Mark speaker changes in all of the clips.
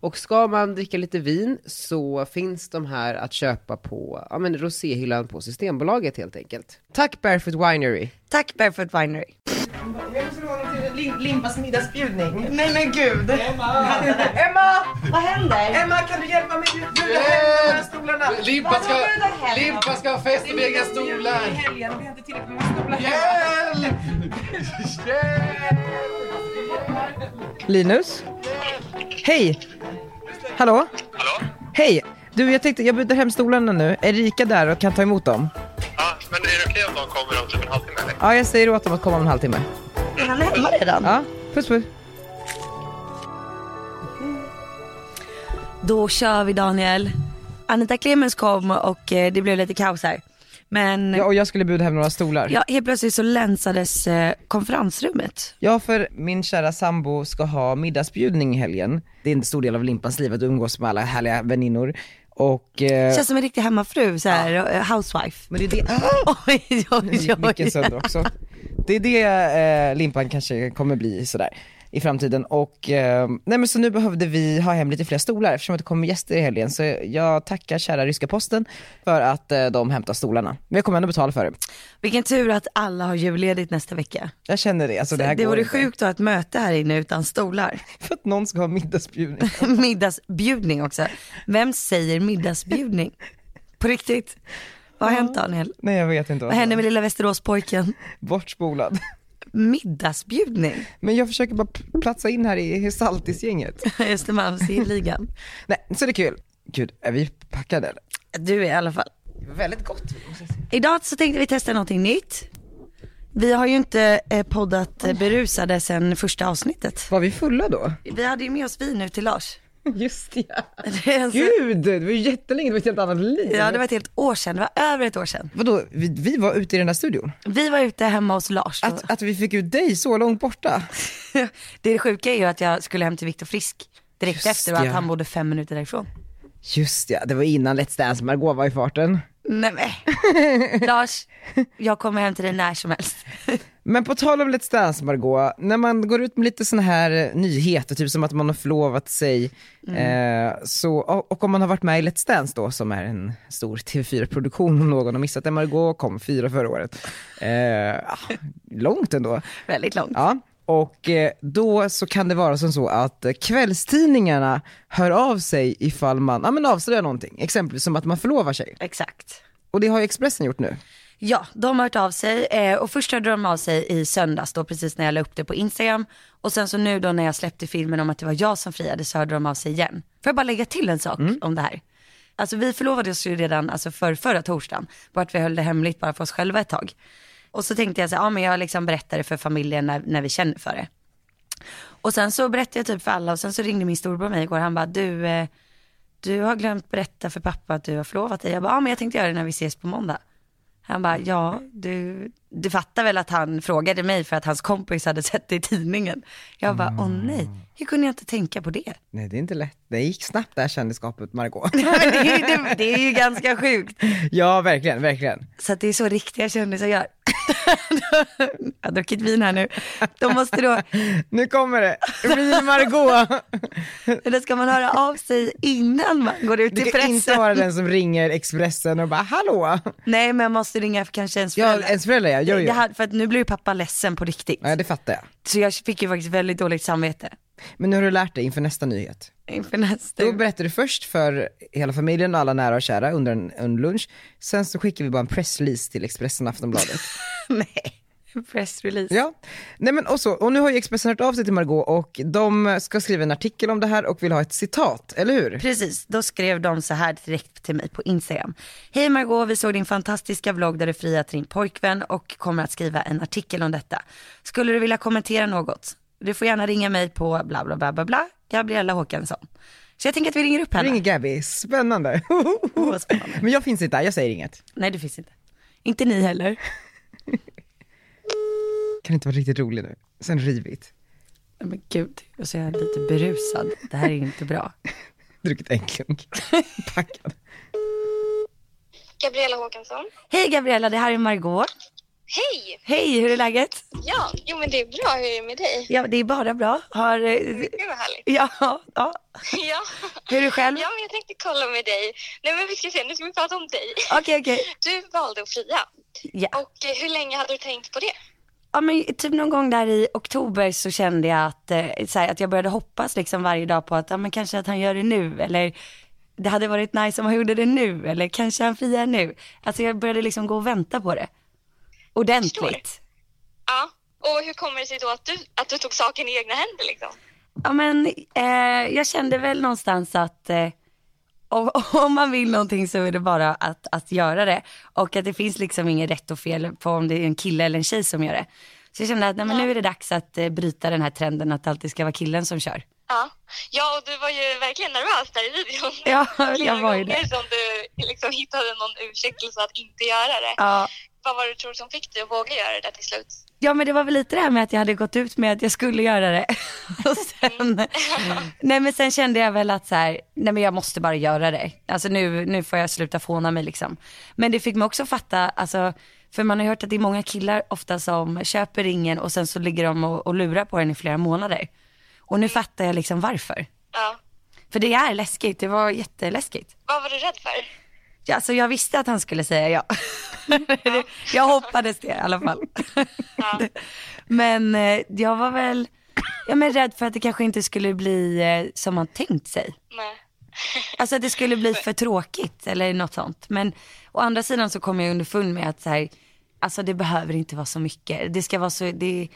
Speaker 1: Och ska man dricka lite vin så finns de här att köpa på ja, men roséhyllan på Systembolaget helt enkelt. Tack Barefoot Winery!
Speaker 2: Tack Barefoot Winery.
Speaker 3: Limpas middagsbjudning. Nej men gud. Emma! Emma! Vad händer? Emma kan du hjälpa mig bjuda hem de här stolarna?
Speaker 4: Limpa ska, Limpa ska ha fest med egna stolar!
Speaker 3: helgen och vi har inte tillräckligt många stolar
Speaker 4: Hjälp! Hjälp!
Speaker 1: Linus? Hej! Hallå? Hallå? Hej! Du, jag tänkte, jag bjuder hem stolarna nu. Är Erika där och kan ta emot dem?
Speaker 5: Ja, men är det okej om de kommer om typ en halvtimme? eller?
Speaker 1: Ja, jag säger åt dem att komma om en halvtimme.
Speaker 2: Är han hemma redan?
Speaker 1: Ja, puss puss.
Speaker 2: Då kör vi Daniel. Anita Clemens kom och eh, det blev lite kaos här. Men
Speaker 1: Ja,
Speaker 2: ja.
Speaker 1: och jag skulle bjuda hem några stolar.
Speaker 2: helt plötsligt så länsades eh, konferensrummet.
Speaker 1: Ja, för min kära sambo ska ha middagsbjudning i helgen. Det är en stor del av Limpans liv att umgås med alla härliga väninnor. Och... Eh,
Speaker 2: Känns som en riktig hemmafru så här, eh, housewife.
Speaker 1: men det är det...
Speaker 2: Oj, oj, oj.
Speaker 1: Micken sönder också. Det är det eh, limpan kanske kommer bli sådär i framtiden. Och, eh, nej men så nu behövde vi ha hem lite fler stolar eftersom att det kommer gäster i helgen. Så jag tackar kära ryska posten för att eh, de hämtar stolarna. Men jag kommer ändå betala för det.
Speaker 2: Vilken tur att alla har julledigt nästa vecka.
Speaker 1: Jag känner det. Alltså, det, här
Speaker 2: Det,
Speaker 1: går
Speaker 2: vore
Speaker 1: inte.
Speaker 2: sjukt att ha ett möte här inne utan stolar.
Speaker 1: För att någon ska ha middagsbjudning.
Speaker 2: middagsbjudning också. Vem säger middagsbjudning? På riktigt. Vad har hänt Daniel?
Speaker 1: nej jag vet inte vad
Speaker 2: Vad
Speaker 1: som
Speaker 2: hände
Speaker 1: är.
Speaker 2: med lilla Västeråspojken?
Speaker 1: Bortspolad.
Speaker 2: Middagsbjudning?
Speaker 1: Men jag försöker bara p- platsa in här i Hestaltis-gänget.
Speaker 2: Östermalmsligan.
Speaker 1: Nej, så det är kul. Gud, är vi packade eller?
Speaker 2: Du är i alla fall.
Speaker 1: Väldigt gott.
Speaker 2: Idag så tänkte vi testa någonting nytt. Vi har ju inte eh, poddat eh, berusade sedan första avsnittet.
Speaker 1: Var vi fulla då?
Speaker 2: Vi hade ju med oss vin nu till Lars.
Speaker 1: Just det, ja.
Speaker 2: Det är alltså-
Speaker 1: Gud, det var ju jättelänge, det var ett helt annat liv.
Speaker 2: Ja det var ett helt år sedan, det var över ett år sedan.
Speaker 1: Vadå, vi, vi var ute i den där studion?
Speaker 2: Vi var ute hemma hos Lars. och-
Speaker 1: Att, att vi fick ut dig så långt borta?
Speaker 2: Det sjuka är ju att jag skulle hem till Viktor Frisk direkt
Speaker 1: Just
Speaker 2: efter och att
Speaker 1: ja.
Speaker 2: han bodde fem minuter därifrån.
Speaker 1: Just ja, det var innan Let's Dance, Margot var i farten.
Speaker 2: Nej men. Lars, jag kommer hem till dig när som helst.
Speaker 1: Men på tal om Let's Dance Margot, när man går ut med lite sådana här eh, nyheter, typ som att man har förlovat sig, eh, så, och och om man har varit med i Let's Dance då, som är en stor TV4-produktion om någon har missat det, Margot kom fyra förra året. Eh, ja, långt ändå.
Speaker 2: Väldigt långt.
Speaker 1: Ja, och eh, då så kan det vara som så att eh, kvällstidningarna hör av sig ifall man ja, men avslöjar någonting, exempelvis som att man förlovar sig.
Speaker 2: Exakt.
Speaker 1: Och det har ju Expressen gjort nu.
Speaker 2: Ja, de har hört av sig eh, och först hörde de av sig i söndags då precis när jag la upp det på Instagram. Och sen så nu då när jag släppte filmen om att det var jag som friade så hörde de av sig igen. Får jag bara lägga till en sak om det här? Alltså vi förlovade oss ju redan alltså för förra torsdagen, bara att vi höll det hemligt bara för oss själva ett tag. Och så tänkte jag så här, ja men jag liksom berättar det för familjen när, när vi känner för det. Och sen så berättade jag typ för alla och sen så ringde min storbror mig igår, han bara du, eh, du har glömt berätta för pappa att du har förlovat dig. Jag bara, ja men jag tänkte göra det när vi ses på måndag. Han bara, ja du, du fattar väl att han frågade mig för att hans kompis hade sett det i tidningen. Jag bara, åh nej,
Speaker 1: Mm.
Speaker 2: hur kunde jag inte tänka på det?
Speaker 1: Nej det är inte lätt, det gick snabbt det här kändisskapet Margot.
Speaker 2: Men det, är ju, det, det är ju ganska sjukt.
Speaker 1: ja verkligen, verkligen.
Speaker 2: Så att det är så riktiga kändisar gör. jag har druckit vin här nu. De måste då,
Speaker 1: Nu kommer det, vi Margot.
Speaker 2: eller ska man höra av sig innan man går ut
Speaker 1: Du
Speaker 2: i
Speaker 1: kan
Speaker 2: pressen?
Speaker 1: inte vara den som ringer Expressen och bara hallå.
Speaker 2: Nej men man måste ringa kanske ens
Speaker 1: Ja,
Speaker 2: föräldrar.
Speaker 1: ens föräldrar ja, jo,
Speaker 2: det
Speaker 1: jo.
Speaker 2: här, för att nu blir ju pappa ledsen på riktigt.
Speaker 1: ja, det fattar jag.
Speaker 2: Så jag fick ju faktiskt väldigt dåligt samvete
Speaker 1: Men nu har du lärt dig inför nästa nyhet.
Speaker 2: inför nästa.
Speaker 1: Då berättar du först för hela familjen och alla nära och kära under en, en lunch. Sen så skickar vi bara en pressrelease till Expressen och Aftonbladet.
Speaker 2: Nej, Pressrelease.
Speaker 1: Ja, nej men och så, och nu har ju Expressen hört av sig till Margot och de ska skriva en artikel om det här och vill ha ett citat, eller hur?
Speaker 2: Precis, då skrev de så här direkt till mig på Instagram. Hej Margot, vi såg din fantastiska vlogg där du friar till din pojkvän och kommer att skriva en artikel om detta. Skulle du vilja kommentera något? Du får gärna ringa mig på bla bla bla bla bla, Gabriella Håkansson. Så jag tänker att vi ringer upp henne.
Speaker 1: Ring Gabby, spännande.
Speaker 2: vad spännande.
Speaker 1: men jag finns inte där, jag säger inget.
Speaker 2: Nej det finns inte. Inte ni heller.
Speaker 1: Kan inte vara riktigt rolig nu, sen rivit.
Speaker 2: Nej, Men gud, och så är jag lite berusad. Det här är ju inte bra.
Speaker 1: Druckit en klunk, packad.
Speaker 6: Gabriella Håkansson.
Speaker 2: Hej Gabriella, det här är Margot.
Speaker 6: Hej!
Speaker 2: Hej, hur är läget?
Speaker 6: Ja, jo men det är bra. Hur är det med dig?
Speaker 2: Ja, det är bara bra. Har, eh,
Speaker 6: Gud vad härligt.
Speaker 2: ja, ja.
Speaker 6: Ja.
Speaker 2: Hur är du själv?
Speaker 6: ja, men jag tänkte kolla med dig. Nej men vi ska se, nu ska vi prata om dig.
Speaker 2: Okej, okej.
Speaker 6: Du valde att fria.
Speaker 2: Ja.
Speaker 6: Och eh, hur länge hade du tänkt på det?
Speaker 2: Ja men typ någon gång där i oktober så kände jag att, eh, så här, att jag började hoppas liksom varje dag på att, ja men kanske att han gör det nu eller det hade varit nice om han gjorde det nu eller kanske han friar nu. Alltså jag började liksom gå och vänta på det. Ordentligt.
Speaker 6: Ja. Och hur kommer det sig då att du, att du tog saken i egna händer liksom?
Speaker 2: Ja men eh, jag kände väl någonstans att eh, om, om man vill någonting så är det bara att, att göra det. Och att det finns liksom inget rätt och fel på om det är en kille eller en tjej som gör det. Så jag kände att nej, men nu är det dags att eh, bryta den här trenden att det alltid ska vara killen som kör.
Speaker 6: Ja. Ja, och du var ju verkligen nervös där i videon.
Speaker 2: Ja,
Speaker 6: Flera
Speaker 2: jag var ju
Speaker 6: gånger
Speaker 2: det.
Speaker 6: som du liksom hittade någon ursäktelse att inte göra det.
Speaker 2: Ja.
Speaker 6: Vad var det du tror som fick dig att våga göra det där till slut?
Speaker 2: ja, men det var väl lite det här med att jag hade gått ut med att jag skulle göra det. Och sen, nej, men sen kände jag väl att så här, nej men jag måste bara göra det. Alltså nu, nu får jag sluta fåna mig liksom. Men det fick mig också fatta, alltså, för man har ju hört att det är många killar ofta som köper ringen och sen så ligger de och, och lurar på den i flera månader. Och nu fattar jag liksom varför.
Speaker 6: Ja.
Speaker 2: För det är läskigt, det var jätteläskigt.
Speaker 6: Vad var du rädd för?
Speaker 2: Ja, Alltså jag visste att han skulle säga ja. Det- jag hoppades det i alla fall. Men eh, jag var väl ja, men rädd för att det kanske inte skulle bli eh, som man tänkt sig.
Speaker 6: Nej.
Speaker 2: Alltså att det skulle bli för tråkigt eller något sånt. Men å andra sidan så kom jag underfund med att så här, alltså det behöver inte vara så mycket. Det ska vara så, det,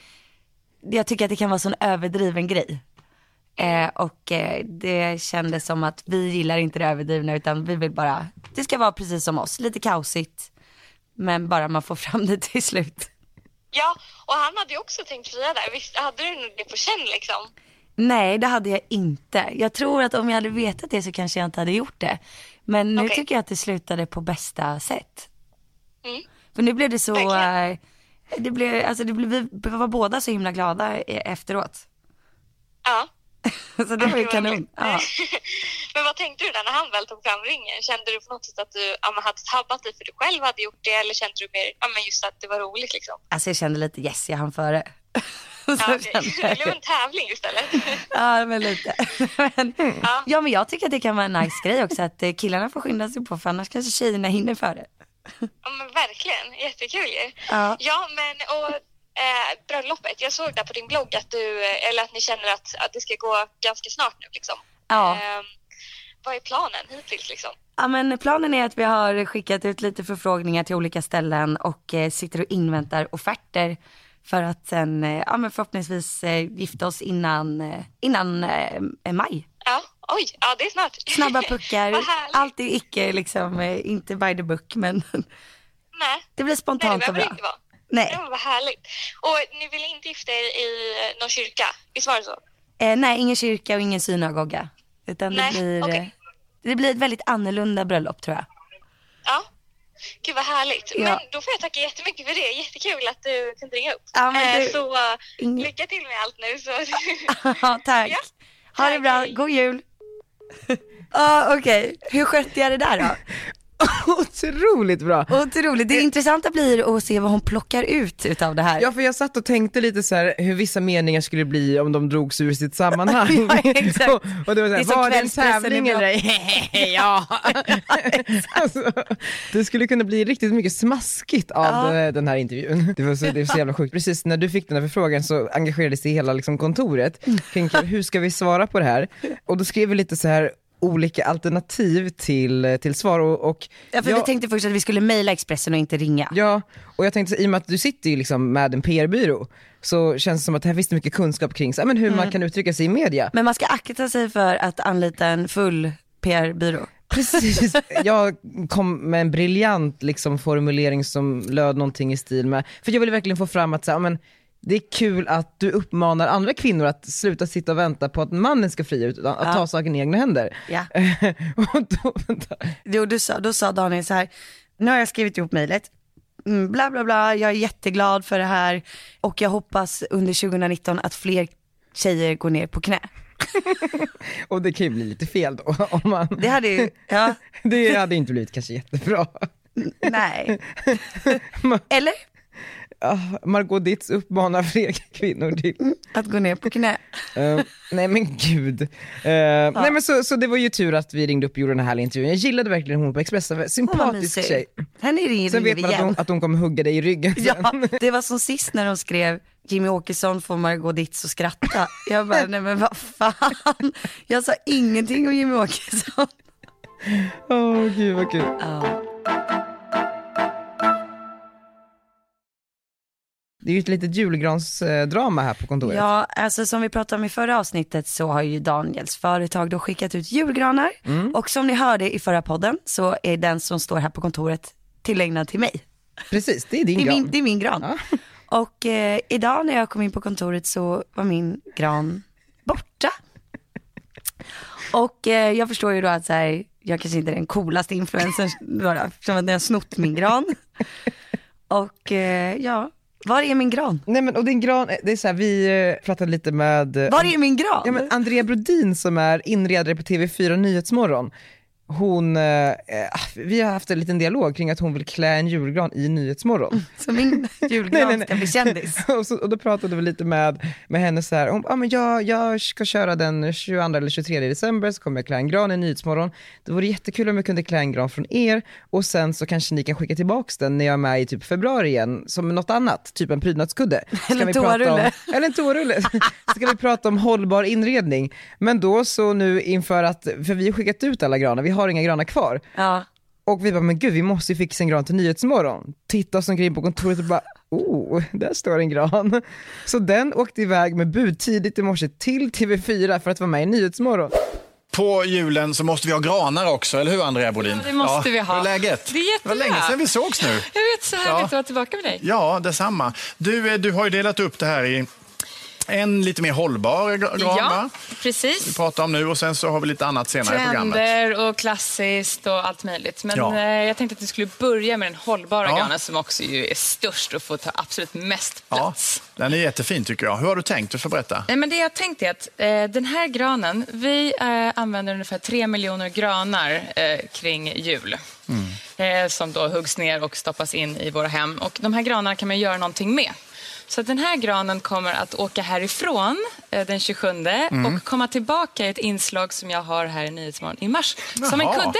Speaker 2: jag tycker att det kan vara sån överdriven grej. Eh, och eh, det kändes som att vi gillar inte det överdrivna utan vi vill bara, det ska vara precis som oss, lite kaosigt. Men bara man får fram det till slut.
Speaker 6: Ja, och han hade ju också tänkt fria där. Visst hade du nog det på känn liksom?
Speaker 2: Nej, det hade jag inte. Jag tror att om jag hade vetat det så kanske jag inte hade gjort det. Men nu
Speaker 6: Okej.
Speaker 2: tycker jag att det slutade på bästa sätt.
Speaker 6: Mm.
Speaker 2: För nu blev det så,
Speaker 6: Verkligen.
Speaker 2: eh, det blev, alltså det blev, vi var båda så himla glada eh, efteråt.
Speaker 6: Ja.
Speaker 2: Så det var ju kanon. Ja.
Speaker 6: men vad tänkte du där när han väl tog fram ringen? Kände du på något sätt att du ja, men hade tabbat dig för du själv hade gjort det eller kände du mer ja, men just att det var roligt liksom?
Speaker 2: Alltså jag kände lite yes, jag hann före. Så
Speaker 6: Ja, okej.
Speaker 2: kände jag.
Speaker 6: Det blev en tävling istället.
Speaker 2: Ja, men lite. Men, ja, men jag tycker att det kan vara en nice grej också att eh, killarna får skynda sig på för annars kanske tjejerna hinner före.
Speaker 6: Ja, men verkligen, jättekul ju.
Speaker 2: Ja.
Speaker 6: ja men och eh, bröllopet, jag såg där på din blogg att du, eh, eller att ni känner att, att det ska gå ganska snart nu liksom.
Speaker 2: Ja.
Speaker 6: Ehm, vad är planen hittills liksom?
Speaker 2: Ja, men planen är att vi har skickat ut lite förfrågningar till olika ställen och eh, sitter och inväntar offerter för att sen eh, ja, men förhoppningsvis eh, gifta oss innan, eh, innan eh, eh, maj.
Speaker 6: Ja, oj, ja det är snart.
Speaker 2: Snabba puckar,
Speaker 6: vad härligt.
Speaker 2: allt är icke liksom, eh, inte by the book men
Speaker 6: Nej.
Speaker 2: det blir
Speaker 6: Nej, det
Speaker 2: spontant och
Speaker 6: behöver det
Speaker 2: bra.
Speaker 6: inte vara.
Speaker 2: Nej.
Speaker 6: Ja, vad härligt. Och ni ville inte gifta er i eh, någon kyrka, visst var det så?
Speaker 2: Eh, nej, ingen kyrka och ingen synagoga. Utan det
Speaker 6: Nej,
Speaker 2: blir,
Speaker 6: okej.
Speaker 2: eh, det blir ett väldigt annorlunda bröllop tror jag.
Speaker 6: Ja. Gud vad härligt.
Speaker 2: Ja.
Speaker 6: Men då får jag tacka jättemycket för det. Jättekul att du kunde ringa upp.
Speaker 2: Ja, men
Speaker 6: Eh,
Speaker 2: du-
Speaker 6: Så eh,
Speaker 2: Ingen-
Speaker 6: lycka till med allt nu. Så...
Speaker 2: Ja, tack.
Speaker 6: Ja,
Speaker 2: Ha det
Speaker 6: tack,
Speaker 2: bra,
Speaker 6: hej.
Speaker 2: god jul. Ja, okej. Hur skötte jag det där då?
Speaker 1: Otroligt bra!
Speaker 2: Otroligt. Det intressanta blir att se vad hon plockar ut utav det här.
Speaker 1: Ja för jag satt och tänkte lite så här hur vissa meningar skulle bli om de drogs ur sitt sammanhang.
Speaker 2: Ja, exakt.
Speaker 1: och, och det var, så
Speaker 2: Det
Speaker 1: här,
Speaker 2: är som
Speaker 1: var det en
Speaker 2: kvällspressen
Speaker 1: tävling
Speaker 2: ibland.
Speaker 1: eller? ja. alltså, det skulle kunna bli riktigt mycket smaskigt av eh,
Speaker 2: Ja.
Speaker 1: den- den här intervjun. Det var, så, det var så jävla sjukt. Precis när du fick den här förfrågan så
Speaker 2: Mm.
Speaker 1: engagerade sig hela liksom, kontoret kring hur ska vi svara på det här? Och då skrev vi lite så här olika alternativ till, eh, till svar och, och
Speaker 2: Ja, för
Speaker 1: jag-
Speaker 2: vi tänkte först att vi skulle mejla Expressen och inte ringa.
Speaker 1: Ja, och jag tänkte så, i och med att du sitter ju liksom med en PR-byrå så känns det som att här finns det mycket kunskap kring så, ja, men hur man kan uttrycka sig i media.
Speaker 2: Mm. Men man ska akta sig för att anlita en full PR-byrå.
Speaker 1: Precis, jag kom med en briljant liksom, formulering som löd någonting i stil med, för jag ville verkligen få fram att så, här, ja, men, det är kul att du uppmanar andra kvinnor att sluta sitta och vänta på att mannen ska fria ut, utan att
Speaker 2: Ja.
Speaker 1: ta saken i egna händer.
Speaker 2: Ja.
Speaker 1: och då, vänta.
Speaker 2: Jo, du sa, då sa Daniel så här, nu har jag skrivit ihop mejlet. Mm, bla bla bla, jag är jätteglad för det här och jag hoppas under 2019 att fler tjejer går ner på knä.
Speaker 1: Och det kan ju bli lite fel då. Om man,
Speaker 2: Det hade ju, ja,
Speaker 1: det hade inte blivit kanske jättebra.
Speaker 2: nej. Eller?
Speaker 1: Ja, Ah, Margot Ditz uppmanar fler kvinnor till
Speaker 2: Att gå ner på knä.
Speaker 1: Eh, nej men gud. Eh, Nej men så, så det var ju tur att vi ringde upp och gjorde den här härliga intervjun. Jag gillade verkligen hon på Expressen,
Speaker 2: Hon var
Speaker 1: sympatisk tjej.
Speaker 2: mysig. Henne ringer
Speaker 1: Sen
Speaker 2: vi
Speaker 1: vet man att hon,
Speaker 2: igen.
Speaker 1: att hon kommer hugga dig i ryggen
Speaker 2: Ja,
Speaker 1: sen.
Speaker 2: det var som sist när de skrev Jimmy Åkesson får Margot Ditz att skratta. Jag bara, nej men vad fan. Jag sa ingenting om Jimmy Åkesson.
Speaker 1: Åh gud vad kul. Det är ju ett litet julgransdrama här på kontoret.
Speaker 2: Ja, alltså som vi pratade om i förra avsnittet så har ju Daniels företag då skickat ut julgranar. Och som ni hörde i förra podden så är den som står här på kontoret tillägnad till mig.
Speaker 1: Precis, det är din
Speaker 2: Det är
Speaker 1: gran.
Speaker 2: min, det är min gran. Och eh, idag när jag kom in på kontoret så var min gran borta. Och eh, jag förstår ju då att så här, jag kanske inte är den coolaste influencern bara, eftersom att ni har snott min gran. Och eh, ja, var är min gran?
Speaker 1: Nej men och din gran, det är så här, vi eh, pratade lite med eh,
Speaker 2: Var är min gran?
Speaker 1: Ja, men Andrea Brodin som är inredare på TV4 Nyhetsmorgon, hon, eh, eh, vi har haft en liten dialog kring att hon vill klä en julgran i Nyhetsmorgon.
Speaker 2: Så min julgran
Speaker 1: Nej, nej, nej.
Speaker 2: ska bli kändis.
Speaker 1: och, så, och då pratade vi lite med, med henne så här, hon, ah, men jag, jag ska köra den 22 eller 23 december så kommer jag klä en gran i Nyhetsmorgon. Det vore jättekul om jag kunde klä en gran från er och sen så kanske ni kan skicka tillbaka den när jag är med i typ februari igen som något annat, typ en prydnadskudde. Ska
Speaker 2: Eller en
Speaker 1: vi prata om-
Speaker 2: toarulle.
Speaker 1: Eller en toarulle. Ska vi prata om hållbar inredning. Men då så nu inför att, för vi har skickat ut alla granar, vi har inga granar kvar.
Speaker 2: Ja.
Speaker 1: Och vi bara, men gud vi måste ju fixa en gran till Nyhetsmorgon. Titta oss omkring på kontoret och bara, oh, där står en gran. Så den åkte iväg med bud tidigt i morse till TV4 för att vara med i Nyhetsmorgon.
Speaker 7: På julen så måste vi ha granar också, eller hur Andrea Bodin?
Speaker 4: Ja, det måste vi ha.
Speaker 7: Hur är läget?
Speaker 4: Det är
Speaker 7: var
Speaker 4: jättebra.
Speaker 7: länge sedan vi sågs nu.
Speaker 4: Jag vet, så härligt
Speaker 7: Ja.
Speaker 4: att vara tillbaka med dig.
Speaker 7: Ja, detsamma. Du, eh, du har ju delat upp det här i en lite mer hållbar gra- gran, va?
Speaker 4: Ja,
Speaker 7: Vi
Speaker 4: precis.
Speaker 7: pratar om nu och sen så har vi lite annat senare i programmet.
Speaker 4: Trender och klassiskt och allt möjligt. Men
Speaker 7: Ja.
Speaker 4: eh, jag tänkte att vi skulle börja med den hållbara
Speaker 7: Ja.
Speaker 4: granen som också ju är störst och får ta absolut mest
Speaker 7: Ja,
Speaker 4: plats.
Speaker 7: den är jättefin tycker jag. Hur har du tänkt? Du får berätta.
Speaker 4: Nej, men det jag tänkte är att eh, den här granen, vi eh, använder ungefär tre miljoner granar eh, kring jul.
Speaker 7: Mm.
Speaker 4: Eh, som då huggs ner och stoppas in i våra hem. Och de här granarna kan man göra någonting med. Så att den här granen kommer att åka härifrån eh, den 27 och komma tillbaka i ett inslag som jag har här i Nyhetsmorgon i mars. Som en
Speaker 7: Jaha.
Speaker 4: kudde.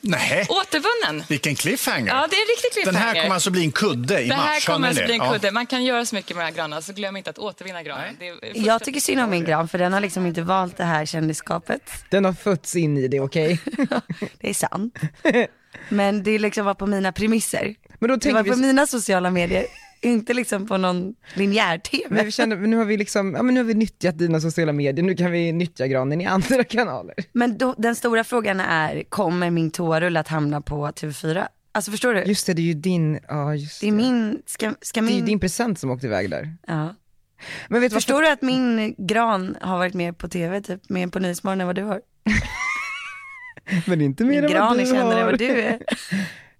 Speaker 7: Nej,
Speaker 4: Återvunnen.
Speaker 7: vilken cliffhanger.
Speaker 4: Ja, det är en riktig
Speaker 7: Den
Speaker 4: cliffhanger.
Speaker 7: här kommer alltså bli en kudde i
Speaker 4: det här
Speaker 7: mars, hör
Speaker 4: kommer
Speaker 7: ni
Speaker 4: alltså
Speaker 7: det?
Speaker 4: bli en
Speaker 7: Ja.
Speaker 4: kudde. Man kan göra så mycket med den här granen, så glöm inte att återvinna granen. Det är första-
Speaker 2: Jag tycker synd om min gran för den har liksom inte valt det här kändisskapet.
Speaker 1: Den har fötts in i det, okej?
Speaker 2: Det är sant. Men det liksom var på mina premisser.
Speaker 1: Men då
Speaker 2: Det var
Speaker 1: tänker
Speaker 2: på
Speaker 1: vi,
Speaker 2: mina sociala medier, inte liksom på någon linjär-tv.
Speaker 1: men vi känner, nu har vi liksom, ja men nu har vi nyttjat dina sociala medier, nu kan vi nyttja granen i andra kanaler.
Speaker 2: Men då, den stora frågan är, kommer min toarulle att hamna på TV4? Alltså förstår du?
Speaker 1: Just det, det är ju din, ja just
Speaker 2: det är min, ska, ska
Speaker 1: det är ju
Speaker 2: min,
Speaker 1: din present som åkte iväg där.
Speaker 2: ja.
Speaker 1: Men vet du vad-
Speaker 2: Förstår du att min gran har varit med på TV, typ mer på Nyhetsmorgon än vad du har?
Speaker 1: men inte mer
Speaker 2: Min
Speaker 1: än vad
Speaker 2: gran
Speaker 1: du
Speaker 2: är kändare än
Speaker 1: har.
Speaker 2: vad du är.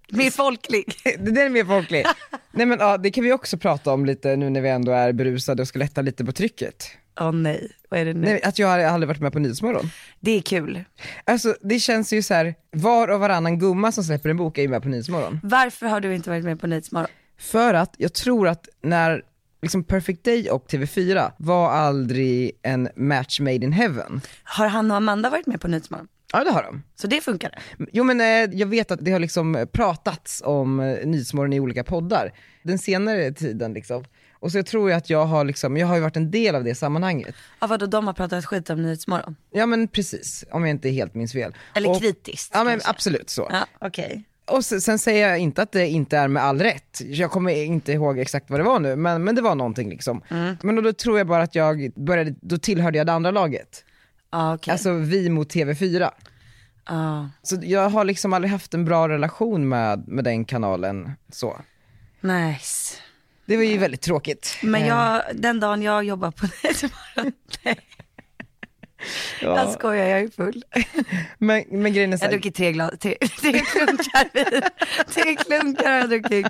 Speaker 2: Mer folklig.
Speaker 1: Det där är mer folklig. Nej men ja, det kan vi också prata om lite nu när vi ändå är berusade och ska lätta lite på trycket.
Speaker 2: Åh nej, vad är det nu?
Speaker 1: Nej, att jag har aldrig varit med på Nyhetsmorgon.
Speaker 2: Det är kul.
Speaker 1: Alltså det känns ju så här, var och varannan gumma som släpper en bok är ju med på Nyhetsmorgon.
Speaker 2: Varför har du inte varit med på Nyhetsmorgon?
Speaker 1: För att jag tror att när liksom Perfect Day och TV4 var aldrig en match made in heaven.
Speaker 2: Har han och Amanda varit med på Nyhetsmorgon?
Speaker 1: Ja det har de.
Speaker 2: Så det funkar.
Speaker 1: Jo men eh, jag vet att det har liksom pratats om eh, Nyhetsmorgon i olika poddar den senare tiden liksom. Och så jag tror ju att jag har liksom, jag har ju varit en del av det sammanhanget.
Speaker 2: Ja, vadå, de har pratat skit om Nyhetsmorgon?
Speaker 1: Ja men precis, om jag inte helt minns fel.
Speaker 2: Eller
Speaker 1: och,
Speaker 2: kritiskt?
Speaker 1: Ja men
Speaker 2: kanske.
Speaker 1: absolut så.
Speaker 2: Ja, okej.
Speaker 1: Och se- sen säger jag inte att det inte är med all rätt. Jag kommer inte ihåg exakt vad det var nu, men, men det var någonting liksom.
Speaker 2: Mm.
Speaker 1: Men då, då tror jag bara att jag började, då tillhörde jag det andra laget.
Speaker 2: Ja, okej.
Speaker 1: Alltså vi mot TV4.
Speaker 2: Ja.
Speaker 1: Så jag har liksom aldrig haft en bra relation med, med den kanalen så.
Speaker 2: Nice. Eh.
Speaker 1: Det var ju väldigt tråkigt. Eh,
Speaker 2: Men jag, den dagen jag jobbar på Nyhetsmorgon, nej
Speaker 1: Ja.
Speaker 2: jag skojar, jag är full.
Speaker 1: alltså, Men, men grejen är så
Speaker 2: Jag har
Speaker 1: här,
Speaker 2: druckit tre, glas, tre, tre klunkar vin. Tre klunkar har jag druckit.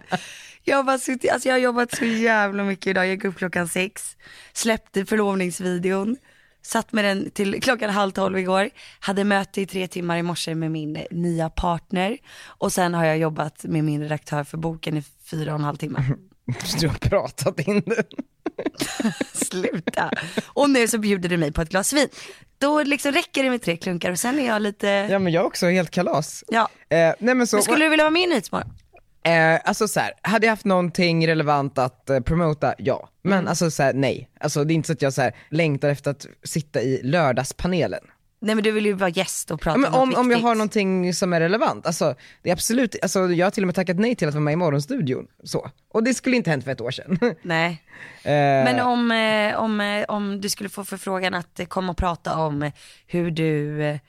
Speaker 2: Jag har, bara suttit, alltså jag har jobbat så jävla mycket idag. Jag gick upp klockan sex, släppte förlovningsvideon, satt med den till klockan halv tolv igår, hade möte i tre timmar i morse med min nya partner och sen har jag jobbat med min redaktör för boken i fyra och en halv timme.
Speaker 1: du har pratat in den.
Speaker 2: Sluta. Och nu så bjuder du mig på ett glas vin. Då liksom räcker det med tre klunkar och sen är jag lite,
Speaker 1: Ja men jag också, helt kalas.
Speaker 2: ja.
Speaker 1: Eh, nej men så,
Speaker 2: Men skulle du vilja vara med i Nyhetsmorgon?
Speaker 1: eh, alltså så här, hade jag haft någonting relevant att eh, promota, ja. Men alltså så här, nej. Alltså det är inte så att jag så här, längtar efter att sitta i lördagspanelen.
Speaker 2: Nej men du vill ju vara gäst och prata
Speaker 1: Ja, men
Speaker 2: om
Speaker 1: om,
Speaker 2: något
Speaker 1: om jag
Speaker 2: viktigt.
Speaker 1: har någonting som är relevant, alltså, det är absolut, alltså, jag har till och med tackat nej till att vara med i morgonstudion. Så. Och det skulle inte hänt för ett år sedan.
Speaker 2: Nej. Men om, eh, om, eh, om du skulle få förfrågan att eh, komma och prata om eh, hur du eh,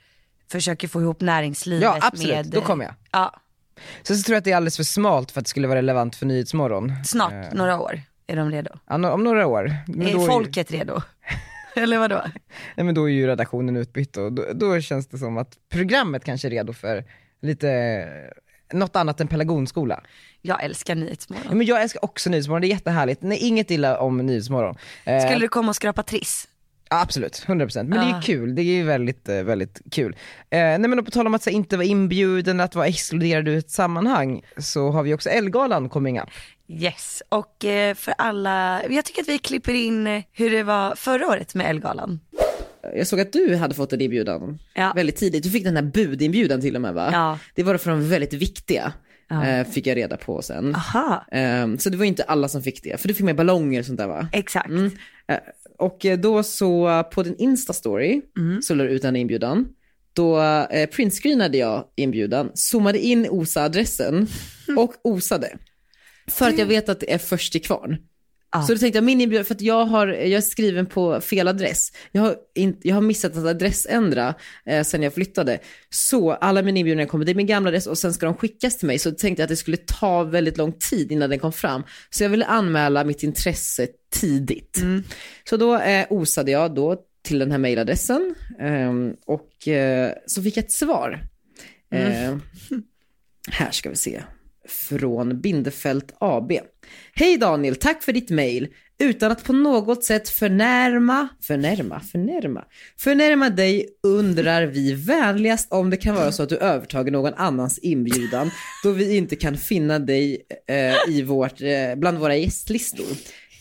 Speaker 2: försöker få ihop näringslivet
Speaker 1: Ja, absolut.
Speaker 2: med...
Speaker 1: Då kommer jag.
Speaker 2: Ja,
Speaker 1: Sen så tror jag att det är alldeles för smalt för att det skulle vara relevant för Nyhetsmorgon.
Speaker 2: snart, några år, är de redo?
Speaker 1: Ja, no- om några år. Eh. Men
Speaker 2: är
Speaker 1: då, är ju-
Speaker 2: folket redo? Eller vadå?
Speaker 1: nej, men då är ju redaktionen utbytt och då, då känns det som att programmet kanske är redo för lite, något annat än pelargonskola.
Speaker 2: Jag älskar
Speaker 1: Ja,
Speaker 2: Nyhetsmorgon.
Speaker 1: men jag älskar också Nyhetsmorgon, det är jättehärligt. Nej, inget illa om Nyhetsmorgon. Eh,
Speaker 2: Skulle du komma och skrapa triss?
Speaker 1: Ja, absolut, 100%. Men det är
Speaker 2: Ah.
Speaker 1: ju kul, det är ju väldigt, eh, väldigt kul. Eh, nej men och på tal om att så, här, inte vara inbjuden, att vara exkluderad ur ett sammanhang, så har vi också Ellegalan coming up.
Speaker 2: Yes, och eh, för alla, jag tycker att vi klipper in eh, hur det var förra året med Ellegalan.
Speaker 8: Jag såg att du hade fått en inbjudan
Speaker 2: Ja.
Speaker 8: väldigt tidigt. Du fick den här budinbjudan till och med va?
Speaker 2: Ja.
Speaker 8: Det var från väldigt viktiga, eh, fick jag reda på
Speaker 2: Ah.
Speaker 8: sen.
Speaker 2: Aha,
Speaker 8: Eh, så det var ju inte alla som fick det, för du fick med ballonger och sånt där va?
Speaker 2: exakt.
Speaker 8: Eh, Och eh, då så eh, på din Insta-story så la du ut den här inbjudan. Då eh, printscreenade jag inbjudan, zoomade in OSA-adressen och osade. För att jag vet att det är först till kvarn.
Speaker 2: Ah.
Speaker 8: Så då tänkte jag, min inbjudan, för att jag, har, jag är skriven på fel adress. Jag har, in, jag har missat att adressändra eh, sen jag flyttade. Så alla mina inbjudningar kommer, det är min gamla adress och sen ska de skickas till mig. Så tänkte jag att det skulle ta väldigt lång tid innan den kom fram. Så jag ville anmäla mitt intresse tidigt. Så då eh, osade jag då till den här mejladressen ehm, och eh, så fick jag ett svar. Eh, här ska vi se. Från Bindefält AB. Hej Daniel, tack för ditt mejl. Utan att på något sätt förnärma, förnärma, förnärma, förnärma dig undrar vi vänligast om det kan vara så att du övertagit någon annans inbjudan då vi inte kan finna dig eh, i vårt, eh, bland våra gästlistor.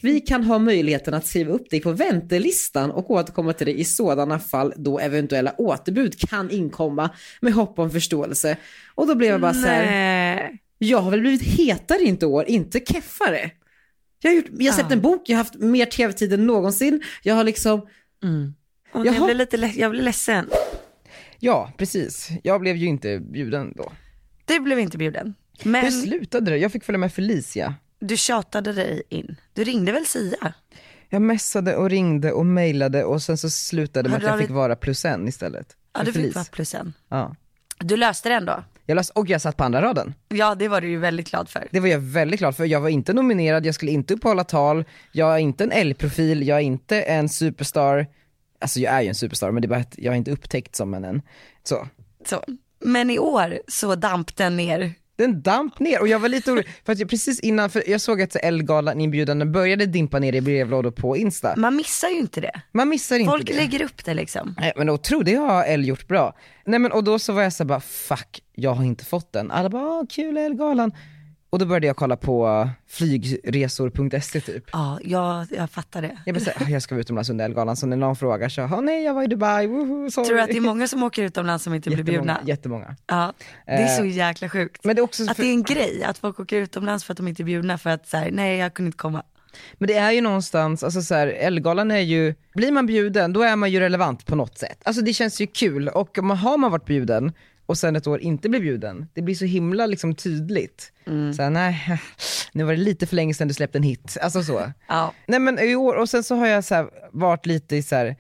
Speaker 8: Vi kan ha möjligheten att skriva upp dig på väntelistan och återkomma till dig i sådana fall då eventuella återbud kan inkomma med hopp om förståelse. Och då blev jag
Speaker 1: Mm.
Speaker 8: bara så här,
Speaker 2: Nej.
Speaker 8: jag har väl blivit hetare inte år, inte keffare. Jag har, gjort, jag har
Speaker 2: Ah.
Speaker 8: släppt en bok, jag har haft mer tv-tid än någonsin. Jag har liksom,
Speaker 2: Åh, Jag
Speaker 8: Jaha.
Speaker 2: blir lite led- jag blir ledsen.
Speaker 1: Ja, precis. Jag blev ju inte bjuden då.
Speaker 2: Du blev inte bjuden. Men...
Speaker 1: Hur slutade det? Jag fick följa med Felicia.
Speaker 2: Du tjatade dig in. Du ringde väl Sia?
Speaker 1: Jag messade och ringde och mejlade och sen så slutade det med
Speaker 2: Har
Speaker 1: att
Speaker 2: du
Speaker 1: jag fick
Speaker 2: aldrig-
Speaker 1: vara plus en istället.
Speaker 2: Ja,
Speaker 1: Med
Speaker 2: du fick
Speaker 1: Felice.
Speaker 2: vara plus en.
Speaker 1: Ja.
Speaker 2: Du löste den då?
Speaker 1: Jag lös- och jag satt på andra raden.
Speaker 2: Ja, det var du ju väldigt glad för.
Speaker 1: Det var jag väldigt glad för. Jag var inte nominerad, jag skulle inte upp och hålla tal, jag är inte en L-profil, jag är inte en superstar. Alltså jag är ju en superstar men det är bara att jag är inte upptäckt som en än. Så.
Speaker 2: Så. Men i år så damp den ner.
Speaker 1: Den damp ner och jag var lite orolig, för att jag precis innan, för jag såg att så Ellegalan inbjudan började dimpa ner i brevlådor på Insta.
Speaker 2: Man missar ju inte det.
Speaker 1: Man missar inte
Speaker 2: Folk
Speaker 1: det.
Speaker 2: lägger upp det liksom.
Speaker 1: Nej men otro, det har Elle gjort bra. Nej men och då så var jag så här bara fuck, jag har inte fått den. Alla bara, "Ah, kul Elle-galan. Och då började jag kolla på flygresor.se typ.
Speaker 2: Ja, jag, jag fattar det.
Speaker 1: Jag bara så här, "Ah, jag ska vara utomlands under Elle-galan så när någon frågar så, "Ah, nej jag var i Dubai, woho, sorry.
Speaker 2: Tror du att det är många som åker utomlands som inte blir bjudna?
Speaker 1: Jättemånga, jättemånga.
Speaker 2: Ja, det är så
Speaker 1: Eh,
Speaker 2: jäkla sjukt.
Speaker 1: Men det är också,
Speaker 2: Att
Speaker 1: för,
Speaker 2: det är en grej att folk åker utomlands för att de inte är bjudna för att så här, nej jag kunde inte komma.
Speaker 1: Men det är ju någonstans, alltså så här, Ellegalan är ju, blir man bjuden då är man ju relevant på något sätt. Alltså det känns ju kul och om man, har man varit bjuden och sen ett år inte blir bjuden, det blir så himla liksom tydligt.
Speaker 2: Mm.
Speaker 1: Så här, nej, nu var det lite för länge sedan du släppte en hit. Alltså så. Nej men i år, och sen så har jag så här, varit lite i så här,